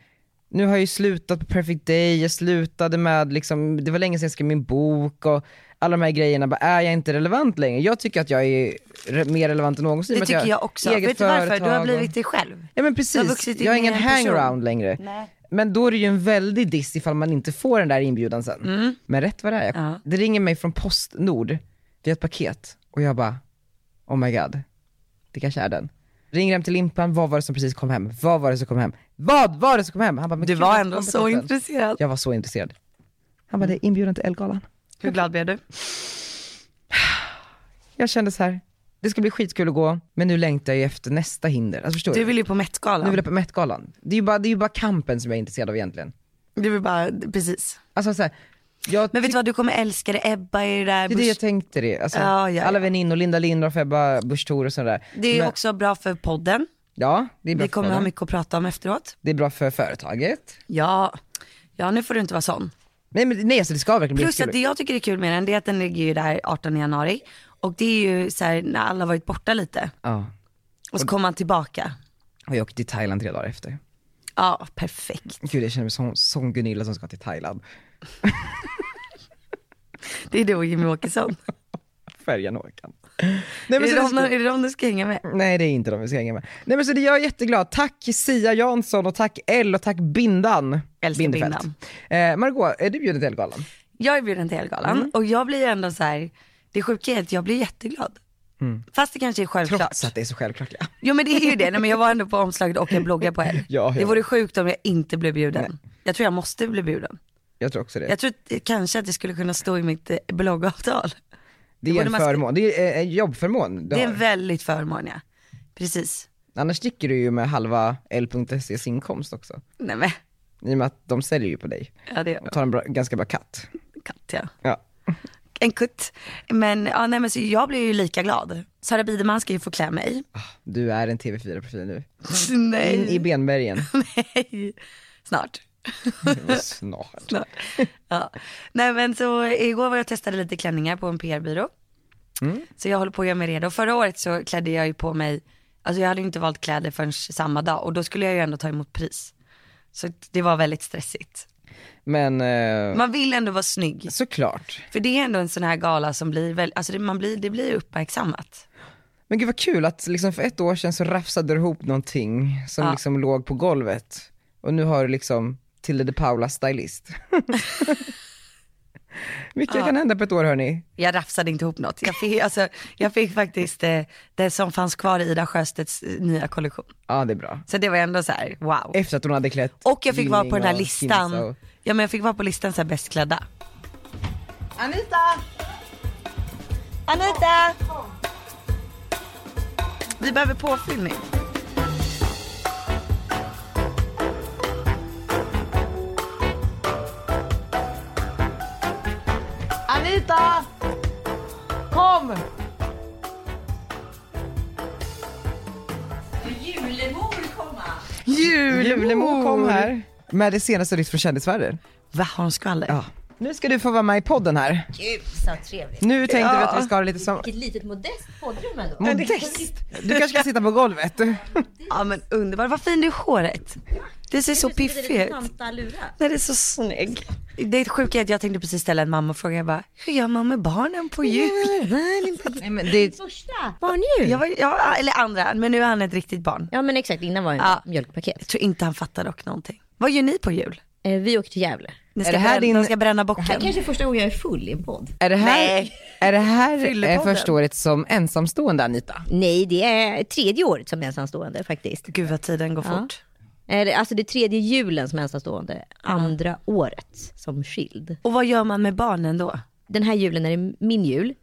Speaker 1: nu har jag ju slutat på Perfect Day, jag slutade med liksom, det var länge sedan jag skrev min bok och alla de här grejerna, bara, är jag inte relevant längre? Jag tycker att jag är re- mer relevant än någonsin.
Speaker 2: Det
Speaker 1: för att
Speaker 2: tycker
Speaker 1: har
Speaker 2: jag också.
Speaker 1: eget
Speaker 2: Vet du varför? Du
Speaker 1: företag
Speaker 2: har
Speaker 1: och-
Speaker 2: blivit dig själv.
Speaker 1: Ja men
Speaker 2: Du har
Speaker 1: precis,
Speaker 2: vuxit in
Speaker 1: jag har
Speaker 2: i
Speaker 1: ingen
Speaker 2: en person.
Speaker 1: hangaround längre.
Speaker 2: Nej.
Speaker 1: Men då är det ju en väldig diss ifall man inte får den där inbjudan sen.
Speaker 2: Mm.
Speaker 1: Men rätt vad det är, jag, det ringer mig från Postnord, det är ett paket och jag bara, oh my god, det kanske är den. Ringer hem till Limpan, vad var det som precis kom hem? Vad var det som kom hem? Vad var det som kom hem? Han bara, men
Speaker 2: Du
Speaker 1: gud,
Speaker 2: var
Speaker 1: vad
Speaker 2: ändå
Speaker 1: kom
Speaker 2: så
Speaker 1: paketen?
Speaker 2: intresserad.
Speaker 1: Jag var så intresserad. Han bara, det är inbjudan till Ellegalan.
Speaker 2: Hur glad blev du?
Speaker 1: Jag kände så här, det ska bli skitkul att gå, men nu längtar jag ju efter nästa hinder. Alltså förstår
Speaker 2: Du vill ju på Met-galan.
Speaker 1: Nu vill jag på Met-galan. Det är ju bara, det är ju bara kampen som jag är intresserad av egentligen.
Speaker 2: Du vill bara, precis.
Speaker 1: Alltså så här, jag
Speaker 2: Men vet du vad, du kommer älska det. Ebba är ju där.
Speaker 1: Det är det jag tänkte det. Alltså,
Speaker 2: Ja, ja, ja.
Speaker 1: Alla väninnor, Linda Lindorff, Ebba Busch Thor och sådär.
Speaker 2: Det är
Speaker 1: Men-
Speaker 2: också bra för podden.
Speaker 1: Ja, det är bra
Speaker 2: Vi kommer
Speaker 1: för
Speaker 2: ha
Speaker 1: podden.
Speaker 2: mycket att prata om efteråt.
Speaker 1: Det är bra för företaget.
Speaker 2: Ja, ja nu får du inte vara sån.
Speaker 1: Nej, men, nej alltså det ska verkligen bli
Speaker 2: Plus att det
Speaker 1: jättekul.
Speaker 2: jag tycker är kul med den, det är att den ligger ju där 18 januari. Och det är ju så här, när alla varit borta lite.
Speaker 1: Ja.
Speaker 2: Och så kommer man tillbaka.
Speaker 1: Och jag åkte till Thailand tre dagar efter.
Speaker 2: Ja, perfekt.
Speaker 1: Gud jag känner mig som, som Gunilla som ska till Thailand.
Speaker 2: Det är du och Jimmy Åkesson.
Speaker 1: Färjan Håkan.
Speaker 2: är,
Speaker 1: Nej, men
Speaker 2: det
Speaker 1: så det
Speaker 2: de,
Speaker 1: ska-
Speaker 2: är det de du ska hänga med?
Speaker 1: Nej det är inte de vi ska hänga med. Nej men så det, jag är jätteglad. Tack Sia Jansson och tack L och tack Bindan.
Speaker 2: Älskar
Speaker 1: Bindefeld.
Speaker 2: Bindan.
Speaker 1: Eh, Margot, är du bjuden till Ellegalan?
Speaker 2: Jag är bjuden till Ellegalan
Speaker 1: Mm.
Speaker 2: och jag blir ändå så här, det sjuka är att jag blir jätteglad. Fast det kanske är självklart.
Speaker 1: Mm. Trots att det är så självklart ja.
Speaker 2: Jo men det är ju det, Nej, men jag var ändå på omslaget och jag bloggade på helg.
Speaker 1: Ja, ja.
Speaker 2: Det vore sjukt om jag inte blev bjuden. Jag tror jag måste bli bjuden.
Speaker 1: Jag tror också det.
Speaker 2: Jag tror att det- kanske att det skulle kunna stå i mitt eh, bloggavtal.
Speaker 1: det är
Speaker 2: borde
Speaker 1: en
Speaker 2: man sk-
Speaker 1: förmån, det är eh, en jobbförmån du
Speaker 2: Det är
Speaker 1: har.
Speaker 2: en väldigt förmån ja. Precis.
Speaker 1: Annars sticker du ju med halva L.ses inkomst också.
Speaker 2: Nej men,
Speaker 1: I och med att de säljer ju på dig.
Speaker 2: ja det
Speaker 1: Och tar en bra, ganska bra katt.
Speaker 2: katt ja.
Speaker 1: Ja.
Speaker 2: En kutt. Men, ja, nej, men så jag blir ju lika glad. Sara Biderman ska ju få klä mig.
Speaker 1: Ah, Du är en TV4-profil nu.
Speaker 2: nej.
Speaker 1: In i benbergen.
Speaker 2: Nej, snart.
Speaker 1: Snart.
Speaker 2: Snart. Ja. Nej men så igår var jag och testade lite klänningar på en PR-byrå. Så jag håller på att göra mig redo. Förra året så klädde jag ju på mig, alltså jag hade ju inte valt kläder förrän samma dag och då skulle jag ju ändå ta emot pris. Så det var väldigt stressigt.
Speaker 1: Men eh,
Speaker 2: Man vill ändå vara snygg.
Speaker 1: såklart.
Speaker 2: För det är ändå en sån här gala som blir, väl, alltså det, man blir, det blir uppmärksammat.
Speaker 1: Men gud vad kul att liksom för ett år sedan så rafsade du ihop någonting som
Speaker 2: Ja.
Speaker 1: liksom låg på golvet. Och nu har du liksom Tilde de Paula stylist. Mycket kan hända på ett år hörni.
Speaker 2: Jag rafsade inte ihop något. Jag fick, alltså, jag fick faktiskt eh, det som fanns kvar i Ida Sjöstedts eh, nya kollektion.
Speaker 1: Ja det är bra.
Speaker 2: Så det var ändå så här, wow.
Speaker 1: Efter att hon hade klätt
Speaker 2: Och jag fick vara
Speaker 1: Gylling
Speaker 2: på den här
Speaker 1: och
Speaker 2: listan.
Speaker 1: Kinsa och-
Speaker 2: Ja men jag fick vara på listan så här bäst klädda.
Speaker 3: Anita!
Speaker 2: Anita! Vi behöver påfyllning.
Speaker 3: Anita! Kom!
Speaker 1: Julemo kom här. Med det senaste nytt från kändisvärlden.
Speaker 2: Va, har hon skvaller?
Speaker 1: Ja. Nu ska du få vara med i podden här.
Speaker 6: Gud så trevligt.
Speaker 1: Nu tänkte vi
Speaker 2: Ja.
Speaker 1: att vi ska ha det lite som...
Speaker 6: Vilket litet modest poddrum ändå.
Speaker 1: Modest! Du kanske ska sitta på golvet.
Speaker 2: Ja men underbart, vad fin du är i håret. Det ser så piffig ut.
Speaker 6: Tanta Lura.
Speaker 2: Nej det är så snygg. Det är sjuka är att jag tänkte precis ställa en mammafråga, jag bara, hur gör man med barnen på jul?
Speaker 1: Nej, men det...
Speaker 6: Första barnljud.
Speaker 2: Jag var, ja, eller andra, men nu är han ett riktigt barn.
Speaker 6: Ja men exakt, innan var det
Speaker 2: Ja.
Speaker 6: ja. mjölkpaket.
Speaker 2: Jag tror inte han fattar dock någonting. Vad gör ni på jul?
Speaker 6: Eh, Vi åkte till Gävle.
Speaker 2: Ni
Speaker 1: det
Speaker 2: ska,
Speaker 1: här
Speaker 2: bränna,
Speaker 1: din-
Speaker 2: de ska bränna
Speaker 6: Det här
Speaker 2: bocken.
Speaker 6: kanske är första gången jag är full i en podd.
Speaker 1: Är det här,
Speaker 2: Nej.
Speaker 1: är det här eh,
Speaker 2: Fyllepodden.
Speaker 1: första året som ensamstående Anita?
Speaker 6: Nej det är tredje året som ensamstående faktiskt.
Speaker 2: Gud vad tiden går
Speaker 6: Ja.
Speaker 2: fort.
Speaker 6: Eller, Alltså det är tredje julen som ensamstående, andra året som skild.
Speaker 2: Och vad gör man med barnen då?
Speaker 6: Den här julen är det min jul.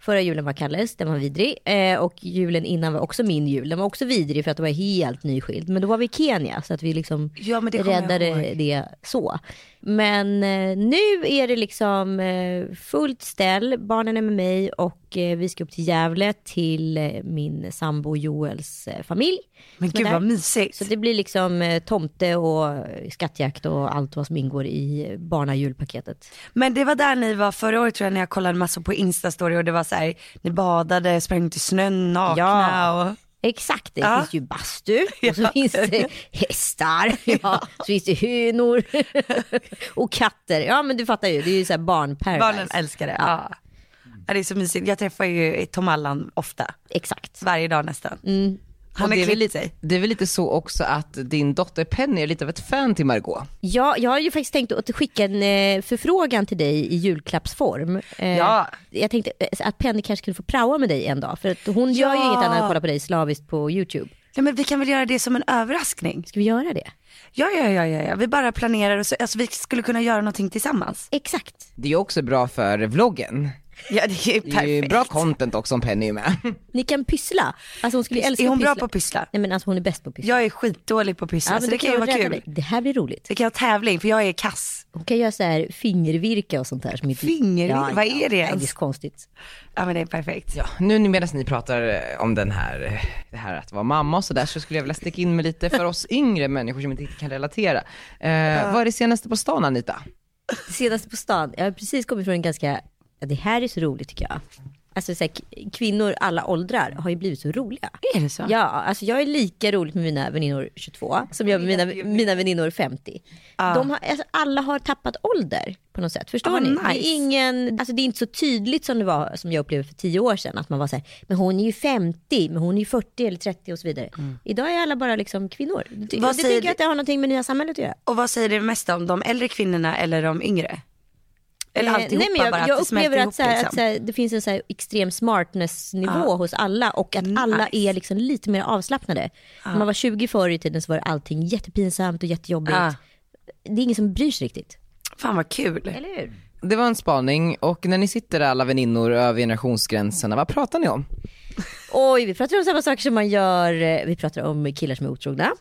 Speaker 6: Förra julen var Kalles, den var vidrig. Eh, och julen innan var också min jul. Den var också vidrig för att den var helt nyskild. Men då var vi i Kenya så att vi liksom
Speaker 2: Ja, men det kommer jag
Speaker 6: räddade
Speaker 2: ihåg.
Speaker 6: det så. Men eh, nu är det liksom eh, fullt ställ, barnen är med mig och och eh, vi ska upp till Gävle till eh, min sambo Joels eh, familj.
Speaker 2: Men
Speaker 6: som är
Speaker 2: gud,
Speaker 6: där.
Speaker 2: vad mysigt.
Speaker 6: Så det blir liksom eh, tomte och eh, skattjakt och allt vad som ingår i barnajulpaketet.
Speaker 2: Men det var där ni var förra året tror jag när jag kollade massor på instastory och det var så här, ni badade, sprang ut i snön nakna
Speaker 6: Ja,
Speaker 2: och...
Speaker 6: Exakt, det
Speaker 2: Ja.
Speaker 6: finns ju bastu och så finns det hästar, ja. så finns det hönor och katter. Ja men du fattar ju, det är ju så här barnparadise.
Speaker 2: Barnen älskar det. Ja. Ja, det är så mysigt. Jag träffar ju Tom Allan ofta.
Speaker 6: Exakt. Mm.
Speaker 2: Varje dag nästan. Han
Speaker 1: Och
Speaker 2: har
Speaker 1: det är väl
Speaker 2: klippt
Speaker 1: lite,
Speaker 2: sig.
Speaker 1: det är väl lite så också att din dotter Penny är lite av ett fan till Margot.
Speaker 6: Ja, jag har ju faktiskt tänkt att skicka en eh, förfrågan till dig i julklappsform. Eh,
Speaker 2: Ja.
Speaker 6: Jag tänkte eh, att Penny kanske kunde få praoa med dig en dag, för att hon gör ju
Speaker 2: Ja.
Speaker 6: inget annat än att kolla på dig slaviskt på YouTube.
Speaker 2: Nej, men vi kan väl göra det som en överraskning?
Speaker 6: Ska vi göra det?
Speaker 2: Ja, ja, ja, ja, ja. vi bara planerar och så, alltså, vi skulle kunna göra någonting tillsammans.
Speaker 6: Exakt.
Speaker 1: Det är ju också bra för vloggen.
Speaker 2: Ja, det är ju
Speaker 1: Det är ju
Speaker 2: perfekt.
Speaker 1: bra content också om Penny är med.
Speaker 6: Ni kan pyssla. Alltså hon skulle
Speaker 2: Pyss-
Speaker 6: älska
Speaker 2: är hon
Speaker 6: att
Speaker 2: bra
Speaker 6: pyssla.
Speaker 2: på att pyssla?
Speaker 6: Nej men alltså hon är bäst på att pyssla.
Speaker 2: Jag är skitdålig på att pyssla,
Speaker 6: Ja, men
Speaker 2: så
Speaker 6: då
Speaker 2: det kan ju
Speaker 6: jag
Speaker 2: vara
Speaker 6: rädda
Speaker 2: kul.
Speaker 6: dig. Det här blir roligt.
Speaker 2: Vi kan ha tävling, för jag är kass.
Speaker 6: Hon kan göra så här fingervirka och sånt där. Som inte...
Speaker 2: Fingervirke? Vad är det
Speaker 6: Nej,
Speaker 2: ens?
Speaker 6: det är så konstigt.
Speaker 2: Ja, men det är perfekt.
Speaker 1: Ja, nu medan ni pratar eh, om den här, eh, det här att vara mamma och sådär så skulle jag vilja sticka in med lite för oss yngre människor som inte riktigt kan relatera. Eh, Vad är det senaste på stan Anita?
Speaker 6: Det senaste på stan, jag har precis kommit från en ganska, ja, det här är så roligt tycker jag. Alltså så här, k- kvinnor alla åldrar har ju blivit så roliga.
Speaker 2: Är det så?
Speaker 6: Ja, alltså jag är lika roligt med mina väninnor 22 som jag med mina, mina väninnor 50. De har, alltså, alla har tappat ålder på något sätt. Förstår
Speaker 2: Ah,
Speaker 6: ni? Det,
Speaker 2: nice.
Speaker 6: är ingen, alltså, det är inte så tydligt som det var som jag upplevde för 10 år sedan. Att man var så här, men hon är ju 50, men hon är ju 40 eller 30 och så vidare. Idag är alla bara liksom kvinnor. Det,
Speaker 2: Vad
Speaker 6: och det
Speaker 2: säger
Speaker 6: tycker
Speaker 2: du-
Speaker 6: jag att det har någonting med nya samhället att göra.
Speaker 2: Och vad säger det mest om, de äldre kvinnorna eller de yngre? Eller
Speaker 6: Eh,
Speaker 2: alltihopa
Speaker 6: nej, men jag,
Speaker 2: bara,
Speaker 6: jag
Speaker 2: att det smälter
Speaker 6: upplever att,
Speaker 2: ihop
Speaker 6: så här,
Speaker 2: liksom. Ah.
Speaker 6: att så här, det finns en så här extrem smartness-nivå
Speaker 2: Ja.
Speaker 6: hos alla och att alla är liksom lite mer avslappnade. När
Speaker 2: Ah.
Speaker 6: man var 20 förr i tiden så var allting jättepinsamt och jättejobbigt.
Speaker 2: Ah.
Speaker 1: Ja.
Speaker 6: Det är ingen som bryr sig riktigt.
Speaker 2: Fan vad kul.
Speaker 6: Eller hur?
Speaker 1: Det var en spaning och när ni sitter där alla väninnor över generationsgränserna, vad pratar ni om?
Speaker 6: Oj, vi pratar om samma saker som man gör. eh, Vi pratar om killar som är otrogna.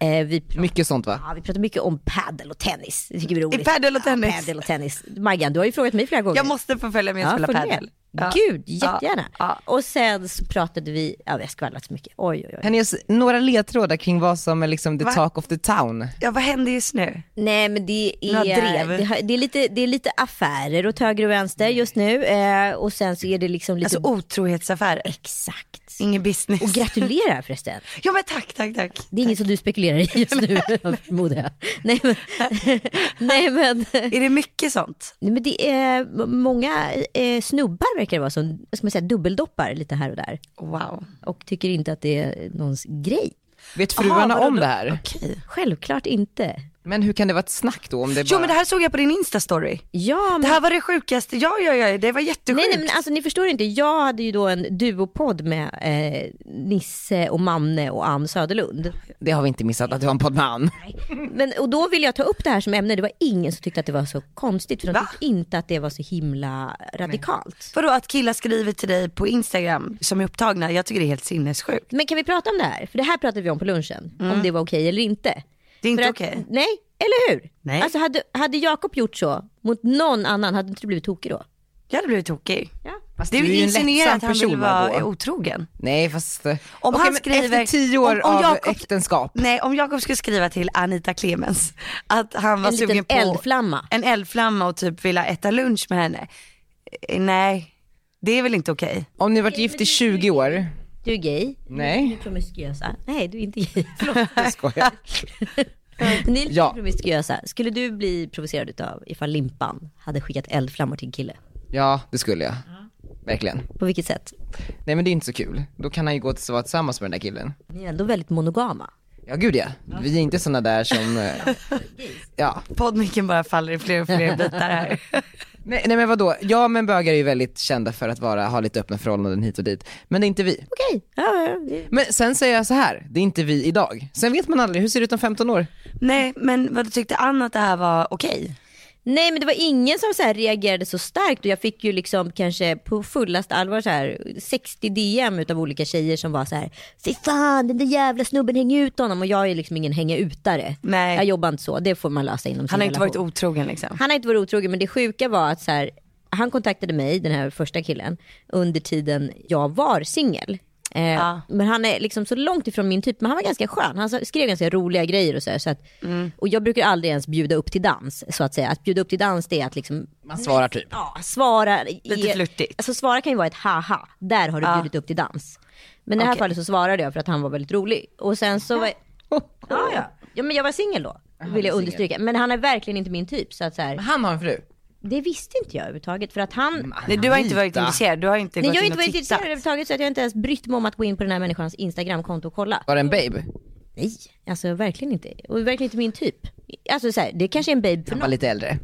Speaker 2: Mm.
Speaker 6: Eh, vi pratar,
Speaker 1: Mycket sånt va?
Speaker 6: ja, vi pratar mycket om padel och tennis. Det tycker vi är roligt.
Speaker 2: padel och tennis.
Speaker 6: Ja, padel och tennis. Maggan, du har ju frågat mig flera gånger.
Speaker 2: Jag måste få följa med och spela
Speaker 6: får du det?
Speaker 2: padel. Ja.
Speaker 6: Gud, jättegärna. Och sen så pratade vi, ja vi har skvallrat så mycket. Oj, oj, oj.
Speaker 1: Kan ni ge oss några ledtrådar kring vad som är liksom the
Speaker 6: Va?
Speaker 1: talk of the town?
Speaker 2: Ja, vad händer just nu?
Speaker 6: Nej men det
Speaker 2: Några
Speaker 6: är,
Speaker 2: drev.
Speaker 6: eh, det, har- det, är lite, det är lite affärer åt höger och vänster just nu eh, och sen så är det liksom lite...
Speaker 2: Mm. Alltså otrohetsaffärer.
Speaker 6: Exakt.
Speaker 2: Ingen business.
Speaker 6: Och gratulerar förresten.
Speaker 2: Ja men tack, tack, tack.
Speaker 6: Det är inget som du spekulerar i just nu förmodar jag. Nej men, nej, men,
Speaker 2: Är det mycket sånt?
Speaker 6: nej, men det är m- många eh, snubbar verkar det vara som vad ska man säga, dubbeldoppar lite här och där.
Speaker 2: Wow.
Speaker 6: Och tycker inte att det är någons grej.
Speaker 1: Vet fruarna
Speaker 2: vadå
Speaker 1: om
Speaker 2: då?
Speaker 1: det här?
Speaker 6: Självklart inte.
Speaker 1: Men hur kan det vara ett snack då om det bara...
Speaker 2: Jo men det här såg jag på din instastory.
Speaker 6: Ja, men...
Speaker 2: Det här var det sjukaste, ja ja ja det var jättesjukt.
Speaker 6: Nej, nej men alltså ni förstår inte, jag hade ju då en duopodd med eh, Nisse och Manne och Ann Söderlund.
Speaker 1: Det har vi inte missat att det var en podd med Ann.
Speaker 6: Men, och då ville jag ta upp det här som ämne, det var ingen som tyckte att det var så konstigt för de
Speaker 2: Va?
Speaker 6: tyckte inte att det var så himla radikalt.
Speaker 2: Vadå att killar skriver till dig på Instagram som är upptagna, jag tycker det är helt sinnessjukt.
Speaker 6: Men kan vi prata om det här? För det här pratade vi om på lunchen, om det var okej eller inte.
Speaker 2: Det är inte
Speaker 6: För att-
Speaker 2: Mm. okej.
Speaker 6: Nej, eller hur?
Speaker 2: Nej.
Speaker 6: Alltså hade, hade Jakob gjort så mot någon annan, hade inte du blivit tokig då?
Speaker 2: Jag hade blivit tokig.
Speaker 6: Ja.
Speaker 1: Fast
Speaker 2: Det är
Speaker 1: du
Speaker 2: ju
Speaker 1: en
Speaker 2: insinuerat
Speaker 1: lättsam
Speaker 2: att han vill
Speaker 1: person,
Speaker 2: vara
Speaker 1: Margot.
Speaker 2: otrogen.
Speaker 1: Nej fast... Om
Speaker 2: han skriver-
Speaker 1: Efter tio år
Speaker 2: om- om
Speaker 1: av
Speaker 2: Jakob-
Speaker 1: äktenskap.
Speaker 2: Nej, om Jakob skulle skriva till Anita Clemens att han var
Speaker 6: En
Speaker 2: sugen
Speaker 6: liten
Speaker 2: på
Speaker 6: eldflamma.
Speaker 2: en eldflamma och typ vilja äta lunch med henne. Eh, Nej, det är väl inte okej?
Speaker 1: Om ni varit gift i 20 år.
Speaker 6: Du är gay.
Speaker 1: Nej.
Speaker 6: Du är promiskuösa. Nej, du är inte gay. Förlåt.
Speaker 1: Jag skojar.
Speaker 6: Ni är lite
Speaker 1: Ja.
Speaker 6: promiskuösa. Skulle du bli provocerad utav ifall Limpan hade skickat eldflammor till en kille?
Speaker 1: Ja, det skulle jag. Verkligen.
Speaker 6: På vilket sätt?
Speaker 1: Nej men det är inte så kul. Då kan han ju gå till att vara tillsammans med den där killen.
Speaker 6: Ni är ändå väldigt monogama.
Speaker 1: Ja gud ja. Vi är inte såna där som... eh, ja.
Speaker 2: Poddmicken bara faller i fler och fler bitar här.
Speaker 1: Nej, nej men vadå, ja men bögar är ju väldigt kända för att vara, ha lite öppna förhållanden hit och dit. Men det är inte vi.
Speaker 6: Okej. Ja, ja, det-
Speaker 1: Men sen säger jag så här, det är inte vi idag. Sen vet man aldrig, hur ser det ut om 15 år?
Speaker 2: Nej, men vad tyckte Anna att det här var okej?
Speaker 6: Nej men det var ingen som så här reagerade så starkt och jag fick ju liksom kanske på fullast allvar så här 60 DM utav olika tjejer som var så här Fy fan den där jävla snubben hänger ut honom och jag är liksom ingen hänga utare.
Speaker 2: Nej.
Speaker 6: Jag jobbar inte så, det får man lösa inom sin
Speaker 2: Han har inte
Speaker 6: relation.
Speaker 2: varit otrogen liksom.
Speaker 6: Han har inte varit otrogen men det sjuka var att så här, han kontaktade mig, den här första killen, under tiden jag var singel. Eh, Men han är liksom så långt ifrån min typ, men han var ganska skön. Han sa- skrev ganska roliga grejer och så, här, så att,
Speaker 2: Mm.
Speaker 6: Och jag brukar aldrig ens bjuda upp till dans, så att säga. Att bjuda upp till dans det är att liksom...
Speaker 1: Man svarar typ.
Speaker 6: Ja, svara.
Speaker 2: Lite flörtigt.
Speaker 6: Alltså svara kan ju vara ett haha, där har du
Speaker 2: Ja.
Speaker 6: bjudit upp till dans. Men i det här
Speaker 2: Okej.
Speaker 6: fallet så svarade jag för att han var väldigt rolig. Och sen så var... Ja, ja. ja men jag var singel då, vill jag
Speaker 1: singel.
Speaker 6: understryka. Men han är verkligen inte min typ. Så att så här... Men
Speaker 1: han har en fru?
Speaker 6: Det visste inte jag överhuvudtaget. För att han...
Speaker 2: Nej, du har inte varit Anita. intresserad. Du har inte
Speaker 6: Nej,
Speaker 2: gått
Speaker 6: jag har
Speaker 2: in
Speaker 6: inte
Speaker 2: och
Speaker 6: varit
Speaker 2: tittat.
Speaker 6: intresserad överhuvudtaget. Så att jag har inte ens brytt mig om att gå in på den här människans Instagramkonto och kolla.
Speaker 1: Var det en babe?
Speaker 6: Nej, alltså verkligen inte. Och verkligen inte min typ. Alltså så här, det kanske är en babe för
Speaker 1: Han var
Speaker 6: någon.
Speaker 1: lite äldre.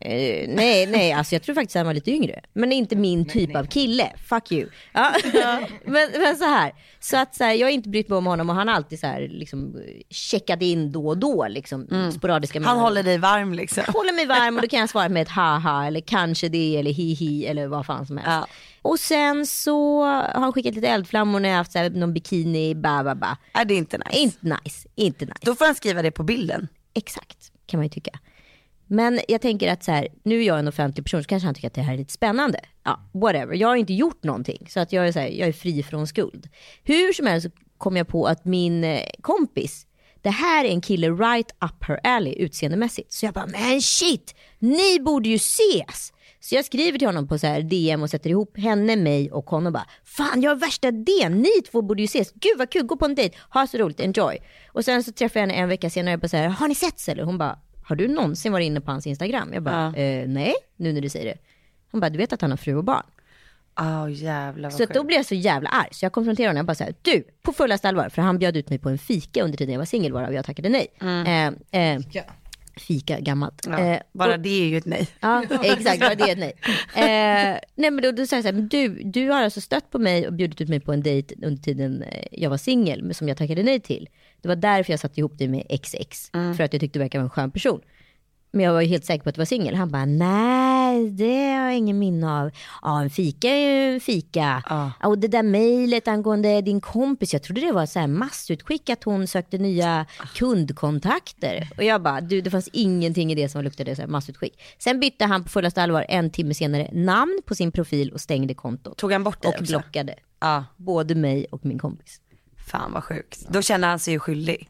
Speaker 6: Eh, nej, nej, alltså jag tror faktiskt han var lite yngre. Men inte min typ av kille. Fuck you. Ja. men, men så här. Så att så här, jag har inte brytt mig om honom och han har alltid så här liksom checkat in då och då liksom sporadiska
Speaker 2: Han håller dig varm liksom.
Speaker 6: håller mig varm och då kan jag svara med ett haha eller kanske det eller hihi eller vad fan som helst. Och sen så har han skickat lite eldflammor när jag har haft så här, någon bikini, ba ba ba.
Speaker 2: Är det inte nice?
Speaker 6: Inte nice, inte nice.
Speaker 2: Då får han skriva det på bilden.
Speaker 6: Exakt, kan man ju tycka. Men jag tänker att så här, nu är jag en offentlig person så kanske han tycker att det här är lite spännande. Ja, whatever. Jag har inte gjort någonting så att jag är, så här, jag är fri från skuld. Hur som helst så kom jag på att min eh, kompis, det här är en kille right up her alley utseendemässigt. Så jag bara, men shit, ni borde ju ses. Så jag skriver till honom på så här DM och sätter ihop henne, mig och honom och bara Fan jag har värsta idén, ni två borde ju ses, gud vad kul, gå på en dejt, ha så roligt, enjoy. Och sen så träffar jag henne en vecka senare och bara så här, har ni setts eller? Hon bara, har du någonsin varit inne på hans instagram? Jag bara, eh, nej, nu när du säger det. Hon bara, du vet att han har fru och barn.
Speaker 2: Åh jävlar vad
Speaker 6: Så att då
Speaker 2: sjukt.
Speaker 6: blev jag så jävla arg så jag konfronterade honom och bara så här, du på fullaste allvar, för han bjöd ut mig på en fika under tiden jag var singel varav jag tackade nej. Eh, eh, fika, gammalt.
Speaker 2: Ja,
Speaker 6: Eh,
Speaker 2: bara
Speaker 6: och-
Speaker 2: det är ju ett nej.
Speaker 6: Ja, exakt. Bara det är ett nej. Eh, nej men då, då säger jag så här, men du, du har alltså stött på mig och bjudit ut mig på en dejt under tiden eh, jag var singel, men som jag tackade nej till. Det var därför jag satte ihop dig med XX, för att jag tyckte du verkar vara en skön person. Men jag var ju helt säker på att du var singel. Han bara, nej det har jag ingen minne av. Ja en fika är ju en fika. Ja, Och det där mejlet angående din kompis, jag trodde det var så här massutskick att hon sökte nya kundkontakter. Och jag bara, du det fanns ingenting i det som luktade så här massutskick. Sen bytte han på fullaste allvar en timme senare namn på sin profil och stängde kontot.
Speaker 2: Tog han bort dig
Speaker 6: Och
Speaker 2: också?
Speaker 6: blockade.
Speaker 2: Ja.
Speaker 6: Både mig och min kompis.
Speaker 2: Fan vad sjukt. Då känner han sig ju skyldig.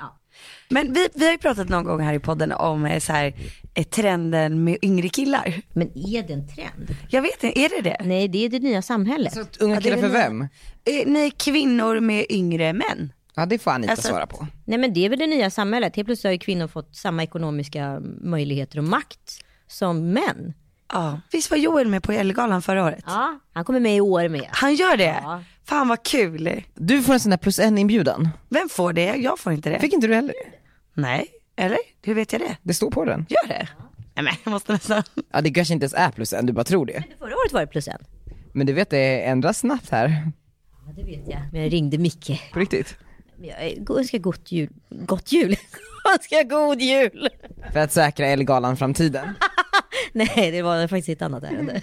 Speaker 2: Men vi, vi har ju pratat någon gång här i podden om eh, så här, eh, trenden med yngre killar.
Speaker 6: Men är det en trend?
Speaker 2: Jag vet inte, är det det?
Speaker 6: Nej det är det nya samhället.
Speaker 1: unga
Speaker 2: Ja, det är
Speaker 1: killar för
Speaker 2: väl
Speaker 1: vem?
Speaker 2: ni- eh, Ni kvinnor med yngre män.
Speaker 1: Ja det får Anita
Speaker 6: Alltså-
Speaker 1: svara på.
Speaker 6: Nej men det är väl det nya samhället. Helt plötsligt har ju kvinnor fått samma ekonomiska möjligheter och makt som män.
Speaker 2: Ja. Visst var Joel med på Ellegalan förra året?
Speaker 6: Ja, han kommer med i år med.
Speaker 2: Han gör det?
Speaker 6: Ja.
Speaker 2: Fan vad kul.
Speaker 1: Du får en sån där plus en inbjudan.
Speaker 2: Vem får det? Jag får inte det.
Speaker 1: Fick inte du heller?
Speaker 2: Nej, eller? Hur vet jag det?
Speaker 1: Det står på den.
Speaker 2: Gör det? Nej men jag måste nästan.
Speaker 1: Ja det kanske inte ens är plus en, du bara tror det.
Speaker 6: Förra året var det plus en.
Speaker 1: Men du vet det ändras snabbt här.
Speaker 6: Ja, det vet jag. Men jag ringde Micke.
Speaker 1: På riktigt.
Speaker 6: Jag eh, önskar gott jul. Gott jul? önskar god jul!
Speaker 1: För att säkra Ellegalan framtiden.
Speaker 6: Nej, det var faktiskt ett annat ärende.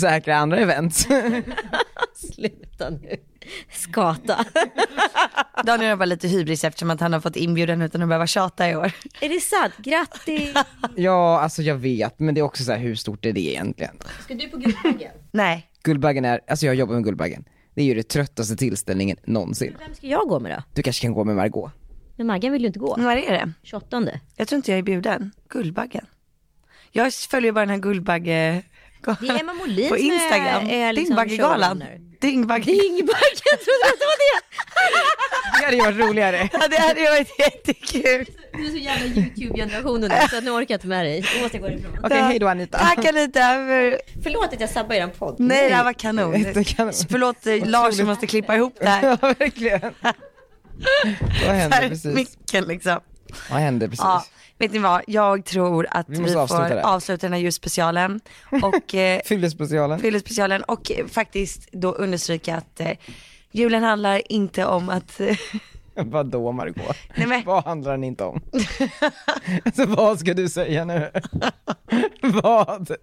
Speaker 1: Säkra andra event.
Speaker 6: Sluta nu. Skata.
Speaker 2: Daniel har bara lite hybris eftersom att han har fått inbjudan utan att behöva tjata i år.
Speaker 6: Är det sant? Grattis!
Speaker 1: ja alltså jag vet, men det är också så här hur stort är det egentligen?
Speaker 6: Ska du på Guldbaggen?
Speaker 2: Nej.
Speaker 1: Guldbaggen är, alltså jag jobbar med Guldbaggen. Det är ju det tröttaste tillställningen någonsin.
Speaker 6: Vem ska jag gå med då?
Speaker 1: Du kanske kan gå med Margot?
Speaker 6: Men Maggan vill ju inte gå.
Speaker 2: När är det?
Speaker 6: 28.
Speaker 2: Jag tror inte jag är bjuden. Guldbaggen. Jag följer bara den här Guldbagge...
Speaker 6: Det är Emma Molin
Speaker 2: på
Speaker 6: som är-
Speaker 2: Instagram.
Speaker 6: är liksom
Speaker 2: Dyngbaggegalan.
Speaker 6: showrunner.
Speaker 2: Dyngbagge...
Speaker 6: Dyngbaggen, trodde att det var det?
Speaker 1: Det hade ju varit roligare.
Speaker 2: Ja, det hade ju varit jättekul.
Speaker 6: Du är så jävla YouTube-generationen nu så att nu orkar jag inte med dig. Nu måste jag gå ifrån.
Speaker 1: Okej, hej då Anita.
Speaker 2: Tack Anita. För...
Speaker 6: Förlåt att jag sabbar er podd.
Speaker 2: Nej, det här var kanon.
Speaker 1: Jättekanon.
Speaker 2: Förlåt eh, Lars, som måste klippa ihop det här.
Speaker 1: Ja verkligen. Vad
Speaker 2: Så här
Speaker 1: hände
Speaker 2: i
Speaker 1: precis?
Speaker 2: Micken liksom.
Speaker 1: Vad hände precis?
Speaker 2: Ja, vet ni vad? Jag tror att vi,
Speaker 1: måste avsluta
Speaker 2: får
Speaker 1: det.
Speaker 2: avsluta den här julspecialen. Och eh,
Speaker 1: Fyllespecialen.
Speaker 2: fyllespecialen och eh, faktiskt då understryka att eh, julen handlar inte om att, eh,
Speaker 1: Vadå Margot?
Speaker 2: Nej, men-
Speaker 1: Vad handlar den inte om? alltså vad ska du säga nu? vad?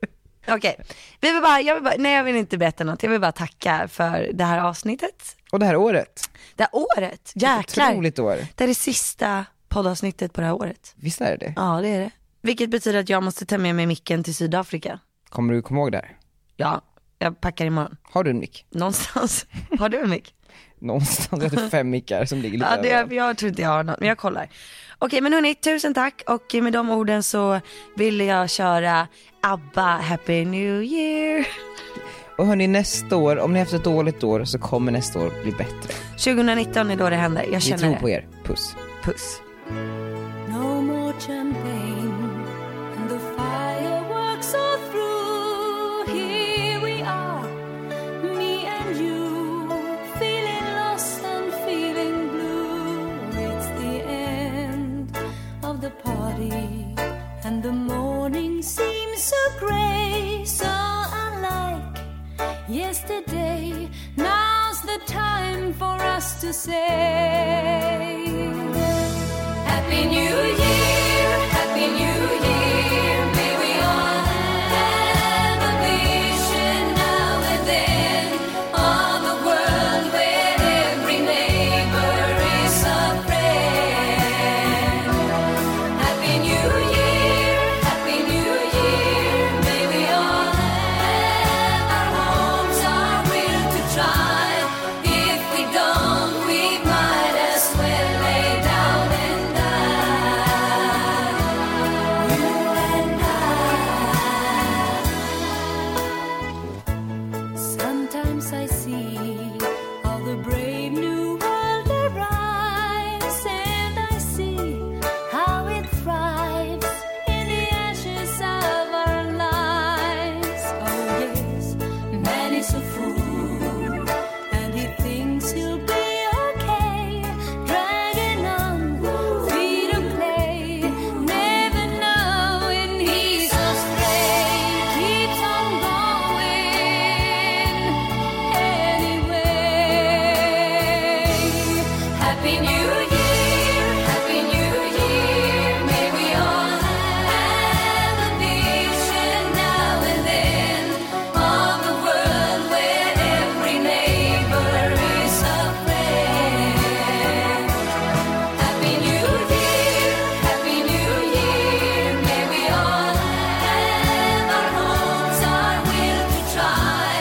Speaker 2: okej, vi vill bara, jag vill bara, nej jag vill inte berätta något, jag vill bara tacka för det här avsnittet,
Speaker 1: Och det här året?
Speaker 2: det här året, jäklar.
Speaker 1: Otroligt år.
Speaker 2: Det är det sista poddavsnittet på det här året.
Speaker 1: Visst är det det?
Speaker 2: Ja det är det. Vilket betyder att jag måste ta med mig micken till Sydafrika.
Speaker 1: Kommer du komma ihåg det här?
Speaker 2: Ja, jag packar imorgon.
Speaker 1: Har du en mick?
Speaker 2: Någonstans. Har du en mick?
Speaker 1: Någonstans, jag har typ fem mickar som ligger lite
Speaker 2: Ja, det,
Speaker 1: överallt.
Speaker 2: jag, jag tror inte jag har något, men jag kollar. Okej men hörni, tusen tack och med de orden så vill jag köra ABBA Happy New Year.
Speaker 1: Och hörni, nästa år, om ni har haft ett dåligt år så kommer nästa år bli bättre.
Speaker 2: 2019 är då det händer, jag
Speaker 1: Vi
Speaker 2: känner
Speaker 1: tror
Speaker 2: det.
Speaker 1: på er. Puss.
Speaker 2: Puss.
Speaker 6: No more champagne, and the fireworks are through. Here we are, me and you, feeling lost and feeling blue. It's the end of the party, and the morning seems so grey, so unlike yesterday. Now's the time for us to say. Happy New Year, Happy New Year. May we all have a vision now and then of a world where every neighbor is a friend. Happy New Year, Happy New Year. May we all have our homes, our will to try. If we don't, we might as well lay down and die. You and I. Sometimes I see all the brave new world arrives, and I see how it thrives in the ashes of our lives. Oh yes, man is a fool and he thinks he'll be okay. Dragging on free to play, never knowing he's afraid. Keeps on going anyway. Happy New Year, Happy New Year. May we all have a vision now and then of a world where every neighbor is a friend. Happy New Year, Happy New Year. May we all have our homes, our will to try.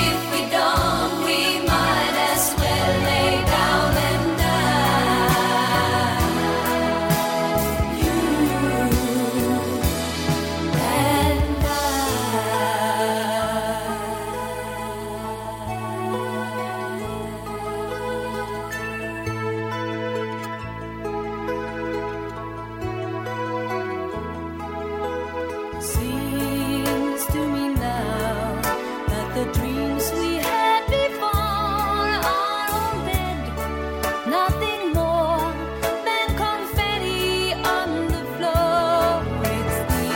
Speaker 6: If we don't, we might as well lay down and die. You and I. Seems to me now that the dreams we had before are all dead. Nothing more than confetti on the floor. It's the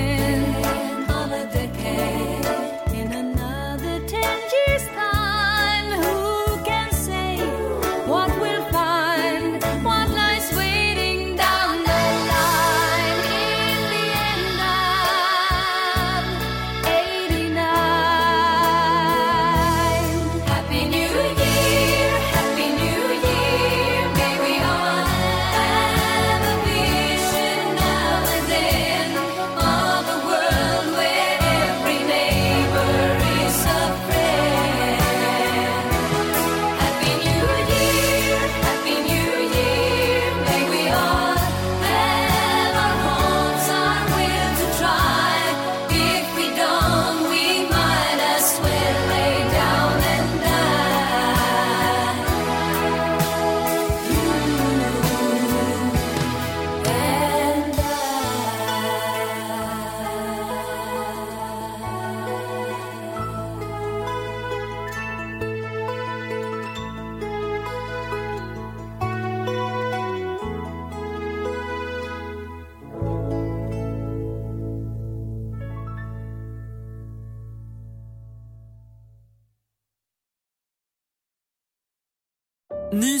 Speaker 6: end of a decade. In another ten years' time, who can say what we'll find? What lies waiting down the line? In the end of 89. Happy New Year, Happy New Year. May we all have a vision now and then of a world where every neighbor is a friend. Happy New Year, Happy New Year. May we all have our homes, our will to try. If we don't, we might as well lay down and die. You and
Speaker 9: Ny